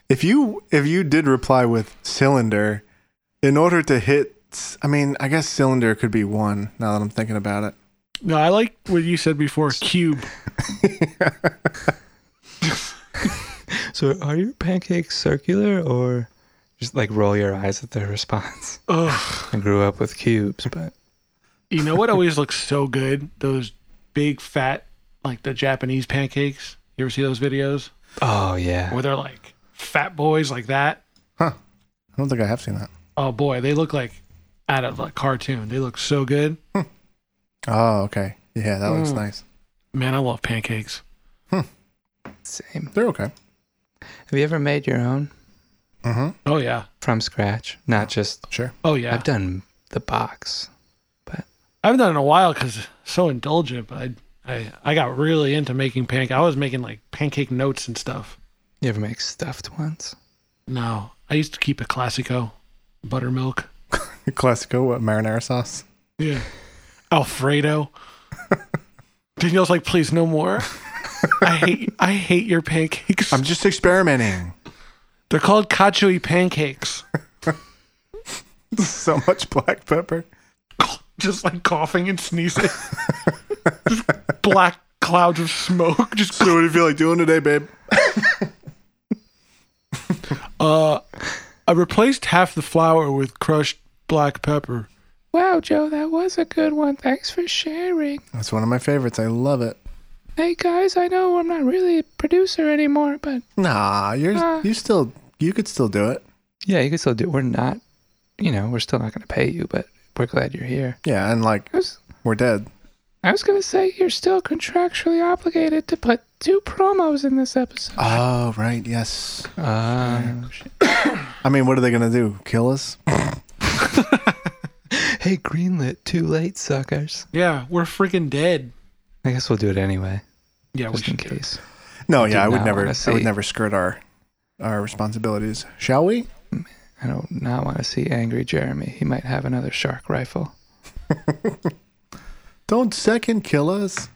Speaker 1: If you if you did reply with cylinder, in order to hit, I mean, I guess cylinder could be one. Now that I'm thinking about it,
Speaker 2: no i like what you said before cube
Speaker 3: So, are your pancakes circular or just like roll your eyes at their response?
Speaker 2: Ugh.
Speaker 3: I grew up with cubes, but
Speaker 2: You know what always looks so good? Those big fat, like the Japanese pancakes. You ever see those videos
Speaker 3: oh yeah,
Speaker 2: where they're like fat boys like that?
Speaker 1: I don't think I have seen that.
Speaker 2: Oh boy, they look like out of a cartoon. They look so good.
Speaker 1: Oh, okay. Yeah, that looks
Speaker 2: Mm.
Speaker 1: nice.
Speaker 2: Man, I love pancakes.
Speaker 3: same.
Speaker 1: They're okay.
Speaker 3: Have you ever made your own
Speaker 1: Mm-hmm.
Speaker 2: Oh yeah,
Speaker 3: from scratch? Not just
Speaker 1: Sure.
Speaker 2: oh yeah.
Speaker 3: I've done the box.
Speaker 2: I haven't done it in a while because so indulgent. But I, I I got really into making pancake. I was making like pancake notes and stuff.
Speaker 3: You ever make stuffed ones?
Speaker 2: No, I used to keep a classico, buttermilk.
Speaker 1: Classico, what marinara sauce?
Speaker 2: Yeah. Alfredo. Danielle's like, please no more. I hate I hate your pancakes.
Speaker 1: I'm just experimenting.
Speaker 2: They're called kachui pancakes.
Speaker 1: so much black pepper.
Speaker 2: Just like coughing and sneezing. Just black clouds of smoke. Just
Speaker 1: So what do you feel like doing today, babe?
Speaker 2: uh I replaced half the flour with crushed black pepper.
Speaker 4: Wow, Joe, that was a good one. Thanks for sharing.
Speaker 1: That's one of my favorites. I love it.
Speaker 4: Hey, guys, I know I'm not really a producer anymore, but
Speaker 1: Nah, you're
Speaker 4: Uh.
Speaker 1: you still you could still do it.
Speaker 3: Yeah, you can still do. We're not, you know, we're still not going to pay you, but we're glad you're here.
Speaker 1: Yeah, and like
Speaker 4: I was,
Speaker 1: we're dead.
Speaker 4: I was gonna say you're still contractually obligated to put two promos in this episode.
Speaker 1: Oh, right. Yes.
Speaker 3: Uh,
Speaker 1: I mean, what are they gonna do? Kill us?
Speaker 3: hey, greenlit. Too late, suckers.
Speaker 2: Yeah, we're freaking dead.
Speaker 3: I guess we'll do it anyway,
Speaker 2: Yeah, we
Speaker 3: just in
Speaker 2: should do it.
Speaker 3: case.
Speaker 1: No,
Speaker 3: do
Speaker 1: yeah, I would
Speaker 3: not
Speaker 1: never.
Speaker 3: wanna
Speaker 1: I would
Speaker 3: see-
Speaker 1: never skirt our our responsibilities. Shall we?
Speaker 3: I don't not want to see angry Jeremy. He might have another shark rifle.
Speaker 1: Don't second kill us.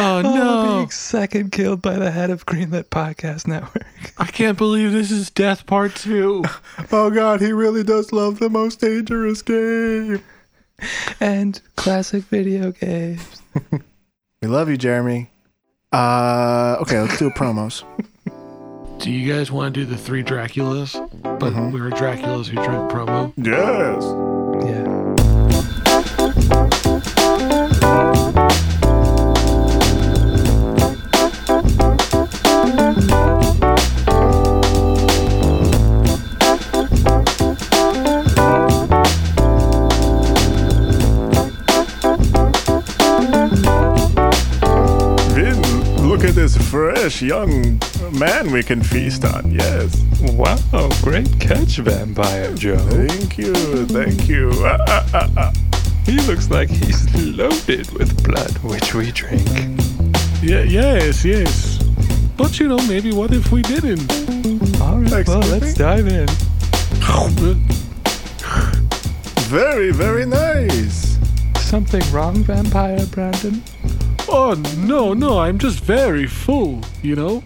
Speaker 2: Oh no.
Speaker 3: being second killed by the head of Greenlit Podcast Network.
Speaker 2: I can't believe this is death part two.
Speaker 1: Oh God, he really does love the most dangerous game.
Speaker 3: and classic video games.
Speaker 1: We love you, Jeremy. Uh, okay, let's do promos.
Speaker 2: Do you guys want to do the three Draculas? But we were Draculas who drank promo.
Speaker 1: yes.
Speaker 3: Yeah.
Speaker 1: Vin, look at this fresh young man we can feast on. Yes.
Speaker 3: Wow, great catch, Vampire Joe.
Speaker 1: Thank you. Thank you. Ah, ah, ah, ah.
Speaker 3: He looks like he's loaded with blood, which we drink.
Speaker 2: Yeah, yes, yes. But you know, maybe what if we didn't?
Speaker 3: All right, well,
Speaker 1: Excuse
Speaker 3: let's
Speaker 1: me?
Speaker 3: dive in.
Speaker 1: Very, very nice.
Speaker 3: Something wrong, Vampire Brandon?
Speaker 2: Oh, no, no, I'm just very full, you know?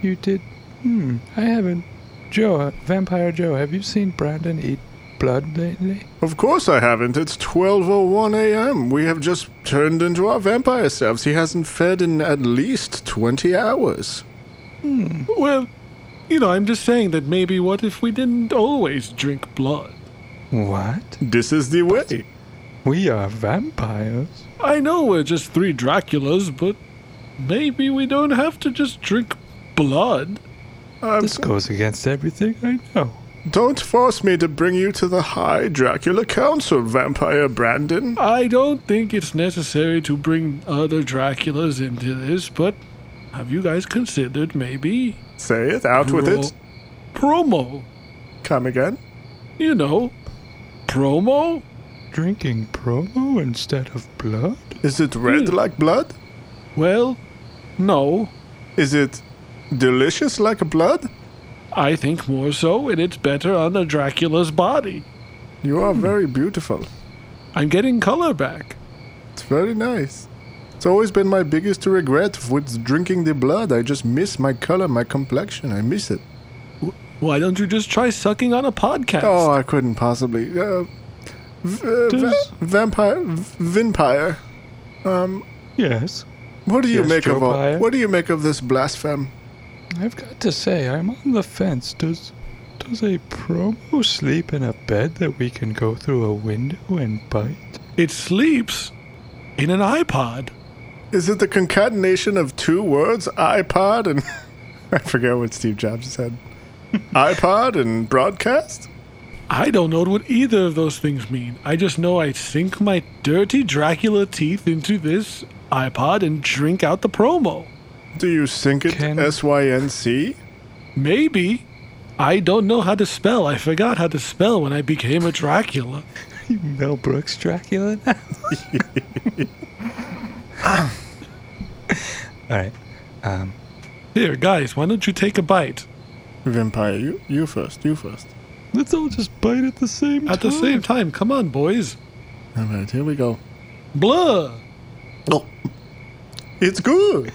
Speaker 3: You did. Hmm. I haven't. Joe, uh, Vampire Joe, have you seen Brandon eat blood lately?
Speaker 1: Of course I haven't. It's 12:01 a.m. We have just turned into our vampire selves. He hasn't fed in at least 20 hours.
Speaker 2: Well, you know, I'm just saying that maybe what if we didn't always drink blood?
Speaker 3: What?
Speaker 1: This is the way.
Speaker 3: We are vampires.
Speaker 2: I know we're just three Draculas, but maybe we don't have to just drink blood.
Speaker 1: I'm
Speaker 3: This goes against everything I know.
Speaker 1: Um, Don't force me to bring you to the High Dracula Council, Vampire Brandon.
Speaker 2: I don't think it's necessary to bring other Draculas into this, but have you guys considered maybe
Speaker 1: Say it, out with
Speaker 2: pro-
Speaker 1: it.
Speaker 2: promo?
Speaker 1: Come again.
Speaker 2: You know, promo?
Speaker 3: Drinking promo instead of blood?
Speaker 1: Is it red
Speaker 2: Hmm.
Speaker 1: like blood?
Speaker 2: Well, no.
Speaker 1: Is it delicious like blood?
Speaker 2: I think more so, and it's better on a Dracula's body.
Speaker 1: You are very beautiful.
Speaker 2: I'm getting color back.
Speaker 1: It's very nice. It's always been my biggest regret with drinking the blood. I just miss my color, my complexion. I miss it.
Speaker 2: Why don't you just try sucking on a podcast?
Speaker 1: Oh, I couldn't possibly. Uh, v- uh, va-
Speaker 3: Does-
Speaker 1: vampire, v- vampire.
Speaker 3: Yes.
Speaker 1: What do you
Speaker 3: Yes,
Speaker 1: make of all,
Speaker 3: Jopire?
Speaker 1: what do you make of this blasphemy?
Speaker 3: I've got to say, I'm on the fence. Does does a promo sleep in a bed that we can go through a window and bite?
Speaker 2: It sleeps in an iPod.
Speaker 1: Is it the concatenation of two words, iPod and I forget what Steve Jobs said. iPod and broadcast?
Speaker 2: I don't know what either of those things mean. I just know I sink my dirty Dracula teeth into this iPod and drink out the promo.
Speaker 1: Do you sync it
Speaker 3: Can-
Speaker 1: S Y N C?
Speaker 2: Maybe. I don't know how to spell. I forgot how to spell when I became a Dracula.
Speaker 3: You Mel Brooks Dracula? Alright. Um,
Speaker 2: Here, guys, why don't you take a bite?
Speaker 1: Vampire, you, you first, you first.
Speaker 3: let's all just bite at the same
Speaker 2: At the same time, come on, boys.
Speaker 1: All right, here we go.
Speaker 2: Blah!
Speaker 1: Oh. It's good.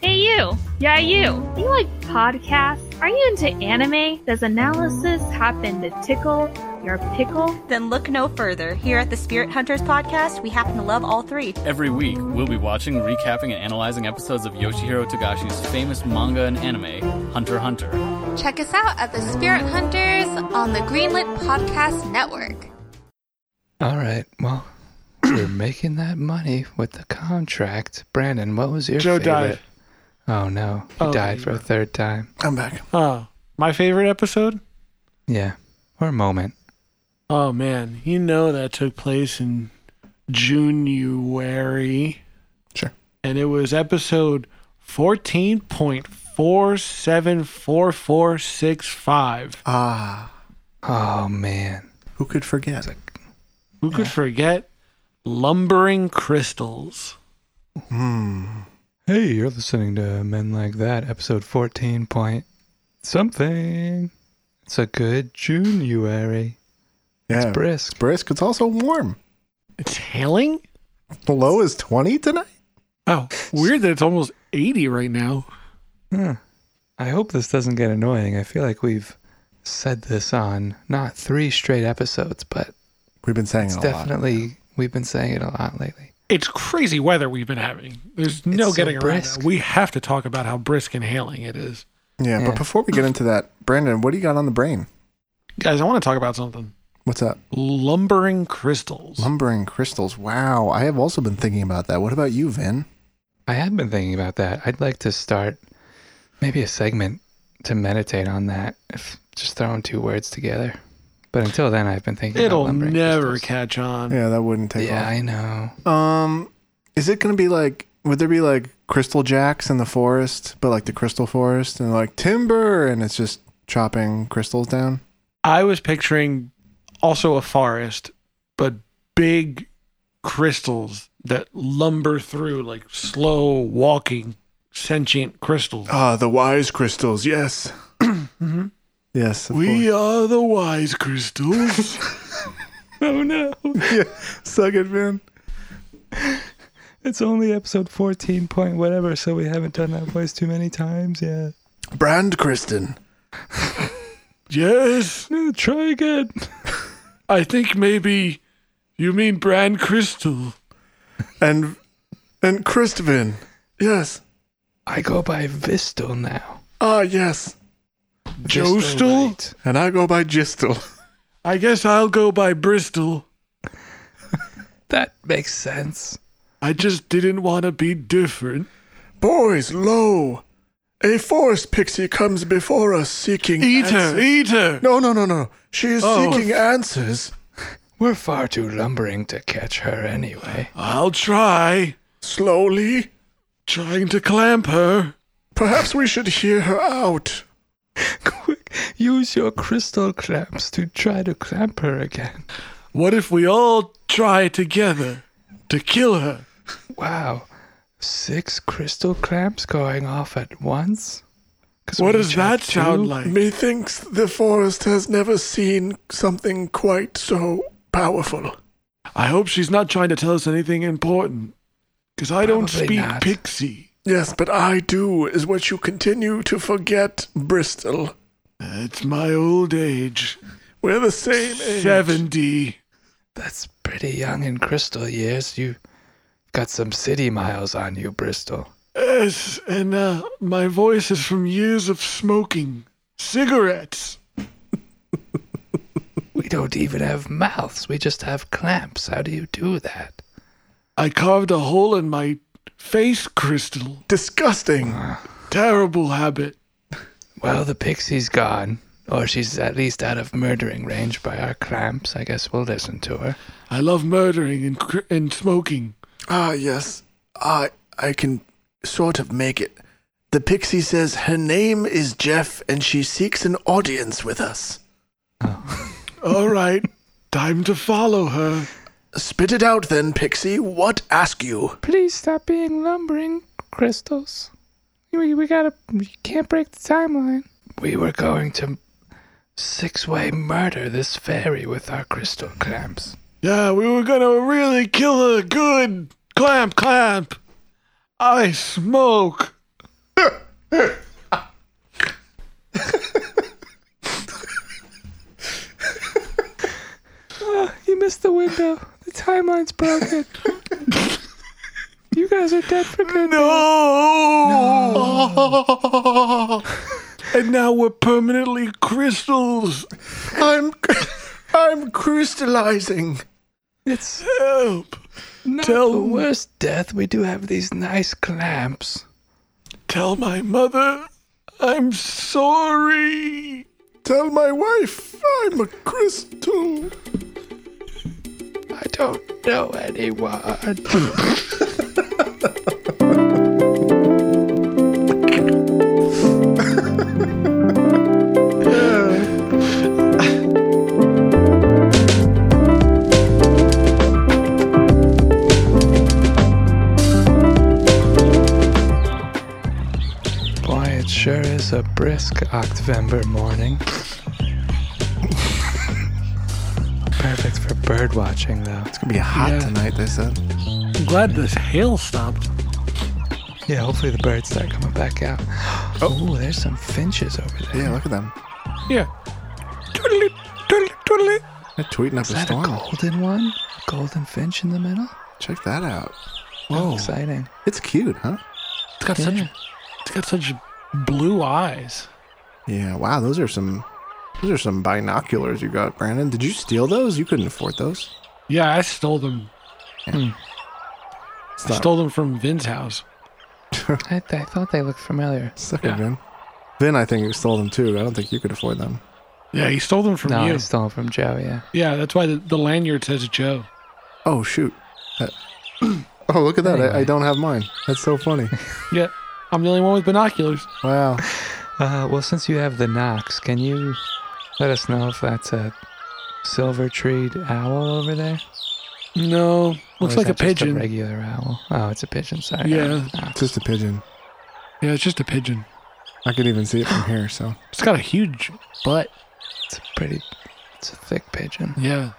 Speaker 5: Hey you! Yeah you! Do you like podcasts? Are you into anime? Does analysis happen to tickle your pickle?
Speaker 6: Then look no further. Here at the Spirit Hunters podcast, we happen to love all three.
Speaker 7: Every week, we'll be watching, recapping, and analyzing episodes of Yoshihiro Tagashi's famous manga and anime, Hunter x Hunter.
Speaker 8: Check us out at the Spirit Hunters on the Greenlit Podcast Network.
Speaker 3: Alright, well, we're making that money with the contract. Brandon, what was your
Speaker 2: Joe
Speaker 3: favorite?
Speaker 2: died.
Speaker 3: Oh no, he
Speaker 2: Oh,
Speaker 3: died
Speaker 2: you
Speaker 3: for a third time.
Speaker 1: I'm back.
Speaker 2: Ah, my favorite episode?
Speaker 3: Yeah, or a moment.
Speaker 2: Oh man, you know that took place in January.
Speaker 1: Sure.
Speaker 2: and it was episode 14.474465.
Speaker 1: Ah,
Speaker 3: Oh man.
Speaker 1: who could forget?
Speaker 2: Who could forget Lumbering Crystals?
Speaker 3: Hey, you're listening to Men Like That, episode 14 point something. It's a good January.
Speaker 1: Yeah.
Speaker 3: It's brisk.
Speaker 1: brisk. It's also warm.
Speaker 2: It's hailing?
Speaker 1: The low is 20 tonight.
Speaker 2: Oh, weird that it's almost 80 right now.
Speaker 3: Huh. I hope this doesn't get annoying. I feel like we've said this on not three straight episodes, but
Speaker 1: We've been saying
Speaker 3: it's
Speaker 1: it a lot.
Speaker 3: definitely, we've been saying it a lot lately.
Speaker 2: It's crazy weather we've been having. There's no
Speaker 3: so
Speaker 2: getting around
Speaker 3: brisk.
Speaker 2: that. We have to talk about how brisk and hailing it is.
Speaker 1: Yeah, but
Speaker 3: Yeah.
Speaker 1: before we get into that, Brandon, what do you got on the brain?
Speaker 2: Guys, I want to talk about something.
Speaker 1: What's that?
Speaker 2: Lumbering Crystals.
Speaker 1: Lumbering crystals. Wow, I have also been thinking about that. What about you, Vin?
Speaker 3: I have been thinking about that. I'd like to start maybe a segment to meditate on that, if just throwing two words together. But until then, I've been thinking about
Speaker 2: It'll
Speaker 3: lumbering
Speaker 2: never
Speaker 3: crystals.
Speaker 2: catch on.
Speaker 1: Yeah, that wouldn't take
Speaker 3: Yeah, I know.
Speaker 1: long. Um, is it gonna be like? Would there be like crystal jacks in the forest, but like the crystal forest and like timber, and it's just chopping crystals down?
Speaker 2: I was picturing also a forest, but big crystals that lumber through like slow walking sentient crystals.
Speaker 1: Ah, the wise crystals. Yes. Mm-hmm. Yes. of course.
Speaker 2: are the wise crystals.
Speaker 3: Oh no.
Speaker 1: Suck it, Vin.
Speaker 3: It's only episode 14 point whatever, so we haven't done that voice too many times yet.
Speaker 1: Brand Kristen.
Speaker 2: Yes,
Speaker 3: No, Try again.
Speaker 2: I think maybe you mean Brand Crystal.
Speaker 1: And and Kristvin. Yes.
Speaker 3: I go by Vistal now.
Speaker 1: Ah, yes.
Speaker 2: Joestal?
Speaker 3: Light.
Speaker 1: And I go by Gistel.
Speaker 2: I guess I'll go by Bristol.
Speaker 3: That makes sense.
Speaker 2: I just didn't want to be different.
Speaker 1: Boys, lo! A forest pixie comes before us seeking.
Speaker 2: Eat her,
Speaker 1: answers.
Speaker 2: eat her.
Speaker 1: No, no, no, no. She is
Speaker 2: Oh.
Speaker 1: seeking answers.
Speaker 3: We're far too lumbering to catch her anyway.
Speaker 2: I'll try.
Speaker 1: Slowly.
Speaker 2: Trying to clamp her.
Speaker 1: Perhaps we should hear her out.
Speaker 3: Quick, use your crystal clamps to try to clamp her again.
Speaker 2: What if we all try together to kill her?
Speaker 3: Wow. Six crystal clamps going off at once? 'Cause
Speaker 2: What
Speaker 3: we
Speaker 2: does
Speaker 3: each
Speaker 2: that
Speaker 3: have
Speaker 2: sound
Speaker 3: two?
Speaker 2: like?
Speaker 1: Methinks the forest has never seen something quite so powerful.
Speaker 2: I hope she's not trying to tell us anything important. Because I don't
Speaker 3: Probably
Speaker 2: speak
Speaker 3: not.
Speaker 2: pixie.
Speaker 1: Yes, but I do, is what you continue to forget, Bristol.
Speaker 2: It's my old age.
Speaker 1: We're the same age.
Speaker 2: 70.
Speaker 3: That's pretty young in crystal years. You got some city miles on you, Bristol.
Speaker 2: Yes, and uh, my voice is from years of smoking cigarettes.
Speaker 3: We don't even have mouths. We just have clamps. How do you do that?
Speaker 2: I carved a hole in my face crystal.
Speaker 1: Disgusting.
Speaker 2: Terrible habit.
Speaker 3: Well, the pixie's gone, or she's at least out of murdering range by our clamps. I guess we'll listen to her.
Speaker 2: I love murdering and, cr- and smoking.
Speaker 1: Ah, yes. I I can sort of make it. The pixie says her name is Jeff and she seeks an audience with us.
Speaker 2: All right, time to follow her.
Speaker 1: Spit it out then, pixie. What ask you?
Speaker 4: Please stop being lumbering, crystals. We, we gotta. We can't break the timeline.
Speaker 3: We were going to six way murder this fairy with our crystal clamps.
Speaker 2: Yeah, we were gonna really kill her good. Clamp, clamp. I smoke.
Speaker 4: You missed the window. The timeline's broken. you guys are dead for good.
Speaker 2: No. and now we're permanently crystals.
Speaker 1: I'm I'm crystallizing.
Speaker 3: It's
Speaker 2: Help.
Speaker 3: not
Speaker 2: Tell
Speaker 3: the
Speaker 2: me.
Speaker 3: worst death. We do have these nice clamps.
Speaker 2: Tell my mother I'm sorry.
Speaker 1: Tell my wife I'm a crystal.
Speaker 3: I don't know anyone. Boy, it sure is a brisk October morning. Perfect for bird watching, though.
Speaker 1: It's gonna be hot
Speaker 2: Yeah.
Speaker 1: tonight, they said.
Speaker 2: I'm glad this hail stopped.
Speaker 3: Yeah, hopefully the birds start coming back out. Oh, there's some finches over there.
Speaker 1: Yeah, look at them.
Speaker 2: Yeah. Twiddly, twiddly, twiddly.
Speaker 1: They're tweeting up
Speaker 3: Is
Speaker 1: a
Speaker 3: that a
Speaker 1: storm.
Speaker 3: golden one? Golden finch in the middle?
Speaker 1: Check that out.
Speaker 3: Whoa. Exciting.
Speaker 1: It's cute, huh?
Speaker 2: It's got
Speaker 3: Yeah.
Speaker 2: such it's got such blue eyes.
Speaker 1: Yeah, wow, those are some those are some binoculars you got, Brandon. Did you steal those? You couldn't afford those.
Speaker 2: Yeah, I stole them.
Speaker 1: It's
Speaker 2: I stole them from Vin's house.
Speaker 3: I, I thought they looked familiar.
Speaker 1: Sucker,
Speaker 2: Yeah.
Speaker 1: Vin. Vin, I think, stole them too. I don't think you could afford them.
Speaker 2: Yeah, he stole them from
Speaker 3: no,
Speaker 2: you.
Speaker 3: I stole from Joe, yeah.
Speaker 2: yeah, that's why the, the lanyard says Joe.
Speaker 1: Oh, shoot. Uh, oh, look at that. I, I
Speaker 3: Anyway.
Speaker 1: don't have mine. That's so funny.
Speaker 2: Yeah, I'm the only one with binoculars.
Speaker 1: Wow.
Speaker 3: Uh, well, since you have the Knox, can you let us know if that's a silver treed owl over there?
Speaker 2: No,
Speaker 3: Or
Speaker 2: looks
Speaker 3: is
Speaker 2: like a
Speaker 3: that just
Speaker 2: pigeon.
Speaker 3: regular owl. Oh, it's a pigeon, sorry.
Speaker 2: Yeah.
Speaker 3: Ah,
Speaker 1: It's just a pigeon.
Speaker 2: yeah, it's just a pigeon.
Speaker 1: I could even see it from here, so.
Speaker 2: It's got a huge butt.
Speaker 3: it's a pretty, it's a thick pigeon.
Speaker 2: Yeah.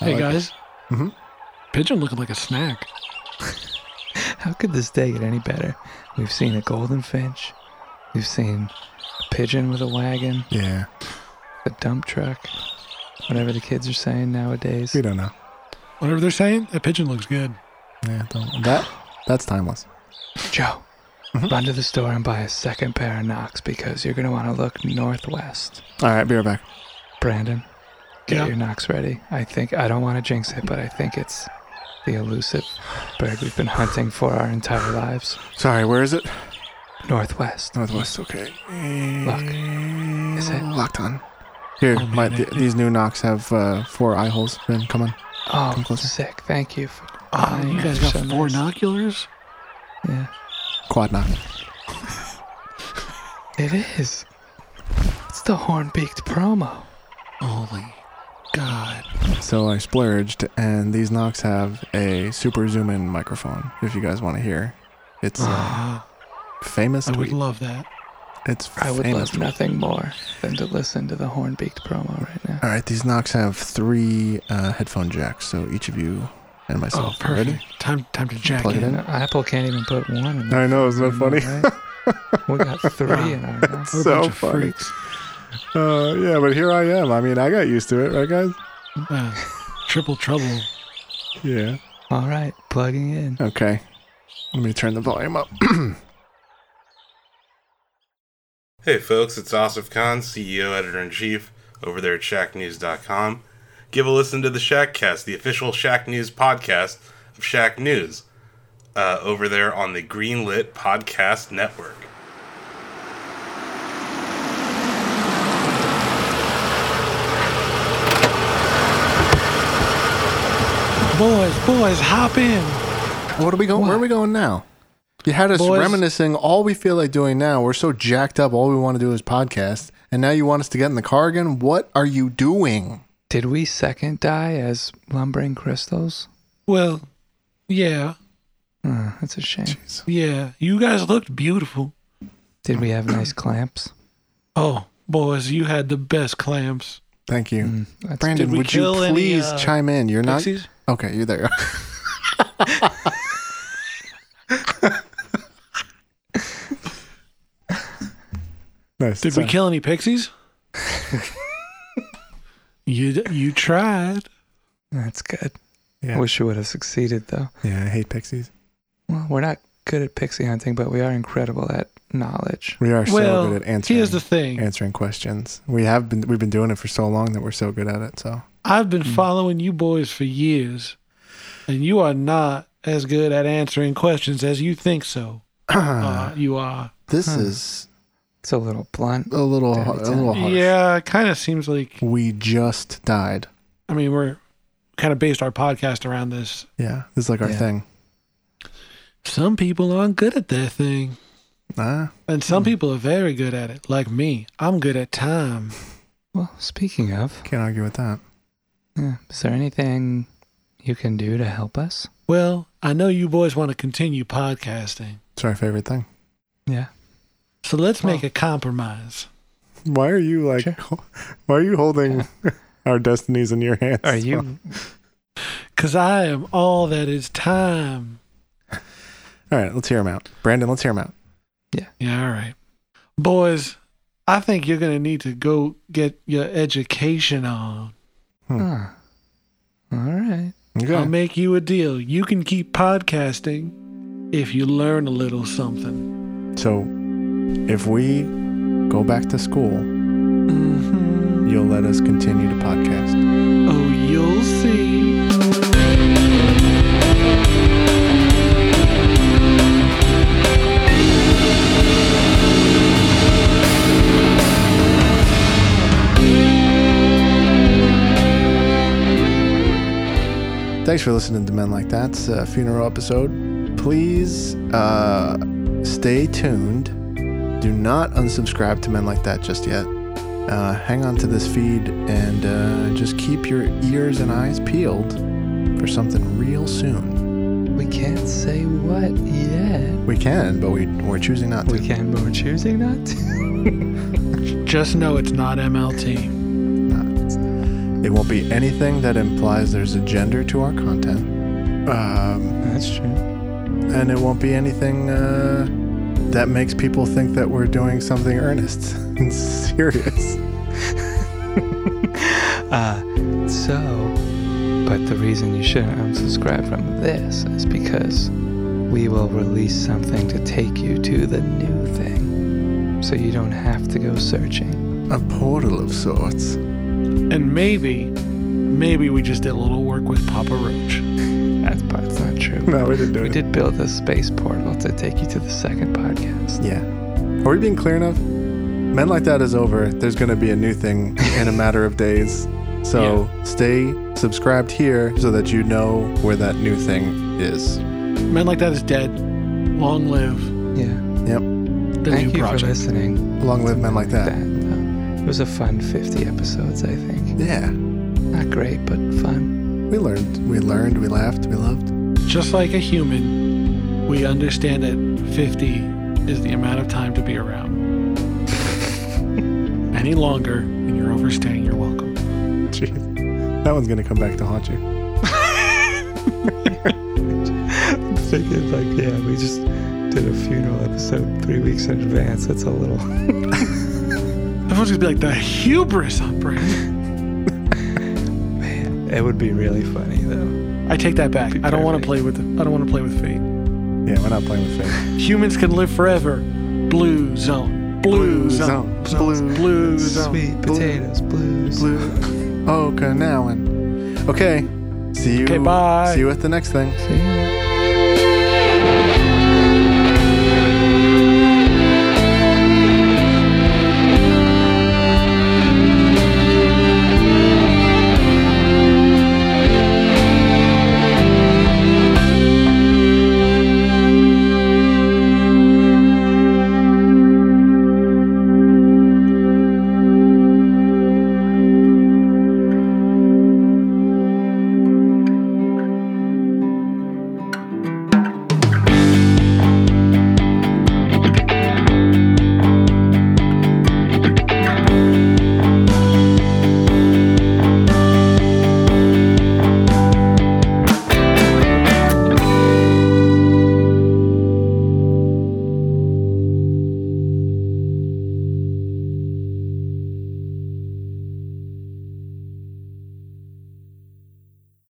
Speaker 1: I
Speaker 2: Hey
Speaker 1: like it.
Speaker 2: guys.
Speaker 1: Mhm.
Speaker 2: Pigeon looking like a snack.
Speaker 3: How could this day get any better? We've seen a golden finch. We've seen a pigeon with a wagon,
Speaker 1: Yeah,
Speaker 3: a dump truck, whatever the kids are saying nowadays.
Speaker 1: we don't know.
Speaker 2: Whatever they're saying, that pigeon looks good.
Speaker 1: Yeah, don't, that that's timeless.
Speaker 3: Joe,
Speaker 1: Mm-hmm.
Speaker 3: run to the store and buy a second pair of Knox because you're going to want to look northwest.
Speaker 1: All right, be right back.
Speaker 3: Brandon, get
Speaker 2: Yeah.
Speaker 3: your Knox ready. I think, I don't want to jinx it, but I think it's the elusive bird we've been hunting for our entire lives.
Speaker 1: Sorry, where is it?
Speaker 3: Northwest.
Speaker 1: Northwest. Okay. Eh.
Speaker 3: Look, is it?
Speaker 1: Locked on. Here,
Speaker 2: Oh,
Speaker 1: my,
Speaker 2: man,
Speaker 1: th-
Speaker 2: it-
Speaker 1: these new knocks have uh, four eye holes. Ben, come on.
Speaker 3: Oh,
Speaker 1: Come closer.
Speaker 3: sick. Thank you. For
Speaker 2: Oh, you guys got
Speaker 3: so
Speaker 2: four
Speaker 3: nice.
Speaker 2: binoculars?
Speaker 3: Yeah.
Speaker 1: Quad knock.
Speaker 3: It is. It's the horn-beaked promo.
Speaker 2: Holy God.
Speaker 1: So I splurged, and these knocks have a super zoom in microphone. If you guys want to hear, it's uh, famous.
Speaker 2: I would
Speaker 1: Tweet.
Speaker 2: love that.
Speaker 1: It's famous.
Speaker 3: I would love
Speaker 1: tweet.
Speaker 3: nothing more than to listen to the horn-beaked promo right now.
Speaker 1: All right, these knocks have three uh, headphone jacks, so each of you and
Speaker 2: Oh,
Speaker 1: myself. are
Speaker 2: perfect.
Speaker 1: Ready?
Speaker 2: Time time to jack
Speaker 1: Plug it
Speaker 2: in.
Speaker 1: in.
Speaker 3: And uh, Apple can't even put one in
Speaker 1: I know, isn't that funny?
Speaker 3: right? We got three in our mouth.
Speaker 2: What a
Speaker 1: So
Speaker 2: bunch of
Speaker 1: funny.
Speaker 2: freaks.
Speaker 1: Uh, yeah, but here I am. I mean, I got used to it, right, guys?
Speaker 2: Uh, triple trouble.
Speaker 1: Yeah.
Speaker 3: All right, plugging in.
Speaker 1: Okay. Let me turn the volume up.
Speaker 9: Hey folks, it's Asif Khan, CEO, Editor in Chief, over there at ShackNews.com. Give a listen to the Shackcast, the official Shack News podcast of Shack News, uh, over there on the Greenlit Podcast Network.
Speaker 2: Boys, boys, hop in.
Speaker 1: What are we going? Where are we going now? You had us
Speaker 2: Boys.
Speaker 1: reminiscing. All we feel like doing now. We're so jacked up. All we want to do is podcast. And now you want us to get in the car again? What are you doing?
Speaker 3: Did we second die as lumbering crystals?
Speaker 2: Well, yeah,
Speaker 3: Hmm, that's a shame.
Speaker 2: yeah. You guys looked beautiful.
Speaker 3: Did we have nice clamps?
Speaker 2: Oh, boys, you had the best clams.
Speaker 1: Thank you,
Speaker 3: Mm, that's
Speaker 1: Brandon.
Speaker 2: Did we
Speaker 1: Would you
Speaker 2: kill any,
Speaker 1: please
Speaker 2: uh,
Speaker 1: chime in? You're not
Speaker 2: Pixies?
Speaker 1: okay. You're there. nice.
Speaker 2: Did we kill any pixies? you you tried.
Speaker 3: That's good.
Speaker 1: Yeah.
Speaker 3: Wish we would have succeeded though.
Speaker 1: Yeah, I hate pixies.
Speaker 3: Well, we're not good at pixie hunting, but we are incredible at knowledge.
Speaker 1: We are so
Speaker 2: well,
Speaker 1: good at answering.
Speaker 2: here's the thing.
Speaker 1: answering questions. We have been we've been doing it for so long that we're so good at it. So
Speaker 2: I've been following you boys for years, and you are not as good at answering questions as you think so. uh, you are.
Speaker 1: this is
Speaker 3: It's a little blunt.
Speaker 1: a little
Speaker 3: Daddy
Speaker 1: a
Speaker 3: time.
Speaker 1: little harsh.
Speaker 2: Yeah, it kind of seems like.
Speaker 1: We just died.
Speaker 2: I mean, we're kind of based our podcast around this.
Speaker 1: Yeah, this is like our
Speaker 3: Yeah.
Speaker 1: thing.
Speaker 2: Some people aren't good at their thing.
Speaker 1: Ah,
Speaker 2: And some people are very good at it, like me. I'm good at time.
Speaker 3: Well, speaking of,
Speaker 1: can't argue with that.
Speaker 3: yeah, is there anything you can do to help us?
Speaker 2: Well, I know you boys want to continue podcasting,
Speaker 1: It's our favorite thing.
Speaker 3: Yeah.
Speaker 2: so let's make a compromise.
Speaker 1: Why are you like? Why are you holding our destinies in your hands?
Speaker 3: Are you?
Speaker 2: Because I am all that is time.
Speaker 1: All right, let's hear him out, Brandon. Let's hear him out.
Speaker 2: Yeah, all right. Boys, I think you're going to need to go get your education on.
Speaker 3: Huh. All right.
Speaker 2: I'll make you a deal. You can keep podcasting if you learn a little something.
Speaker 1: So, if we go back to school,
Speaker 3: Mm-hmm.
Speaker 1: you'll let us continue to podcast.
Speaker 2: Oh, you'll see.
Speaker 1: Thanks for listening to Men Like That's uh, funeral episode. Please uh, stay tuned. Do not unsubscribe to Men Like That just yet. Uh, hang on to this feed and uh, just keep your ears and eyes peeled for something real soon.
Speaker 3: We can't say what yet.
Speaker 1: We can, but we, we're choosing not to.
Speaker 3: We can, but we're choosing not to.
Speaker 2: Just know it's not MLT.
Speaker 1: It won't be anything that implies there's a gender to our content. Um,
Speaker 3: That's true.
Speaker 1: and it won't be anything uh, that makes people think that we're doing something earnest and serious.
Speaker 3: Uh, So, but the reason you shouldn't unsubscribe from this is because we will release something to take you to the new thing. So you don't have to go searching.
Speaker 1: A portal of sorts.
Speaker 2: And maybe, maybe we just did a little work with Papa Roach.
Speaker 3: That part's not true.
Speaker 1: No, we didn't do
Speaker 3: We
Speaker 1: it.
Speaker 3: did build a space portal to take you to the second podcast.
Speaker 1: Yeah. Are we being clear enough? Men Like That is over. There's going to be a new thing in a matter of days. So stay subscribed here so that you know where that new thing is.
Speaker 2: Men like that is dead. Long live
Speaker 3: Yeah.
Speaker 1: Yep.
Speaker 2: the
Speaker 3: Thank
Speaker 2: new
Speaker 3: you for
Speaker 2: project.
Speaker 3: listening.
Speaker 1: Long live Men Like
Speaker 3: That,
Speaker 1: That.
Speaker 3: uh, it was a fun 50 episodes, I think.
Speaker 1: Yeah.
Speaker 3: Not great, but fun.
Speaker 1: We learned. We learned. We laughed. We loved.
Speaker 2: Just like a human, we understand that 50 is the amount of time to be around. Any longer, and you're overstaying, you're welcome.
Speaker 1: Jeez. That one's going to come back to haunt you.
Speaker 3: Thinking like, yeah, we just did a funeral episode three weeks in advance. That's a little.
Speaker 2: Everyone's gonna be like, the hubris on Brandon.
Speaker 3: It would be really funny though.
Speaker 2: I take that back.
Speaker 3: Be
Speaker 2: I don't want to
Speaker 3: perfect.
Speaker 2: play with. I don't want to play with fate.
Speaker 1: Yeah, we're not playing with fate.
Speaker 2: Humans can live forever. Blue zone. Blue,
Speaker 1: Blue zone.
Speaker 2: zone.
Speaker 1: Blue
Speaker 2: Blue, um, blue zone.
Speaker 3: Sweet
Speaker 1: blue-
Speaker 3: potatoes, blues.
Speaker 1: Blue Okinawan. Okay. See you.
Speaker 2: Okay, bye.
Speaker 1: See you at the next thing.
Speaker 3: See ya.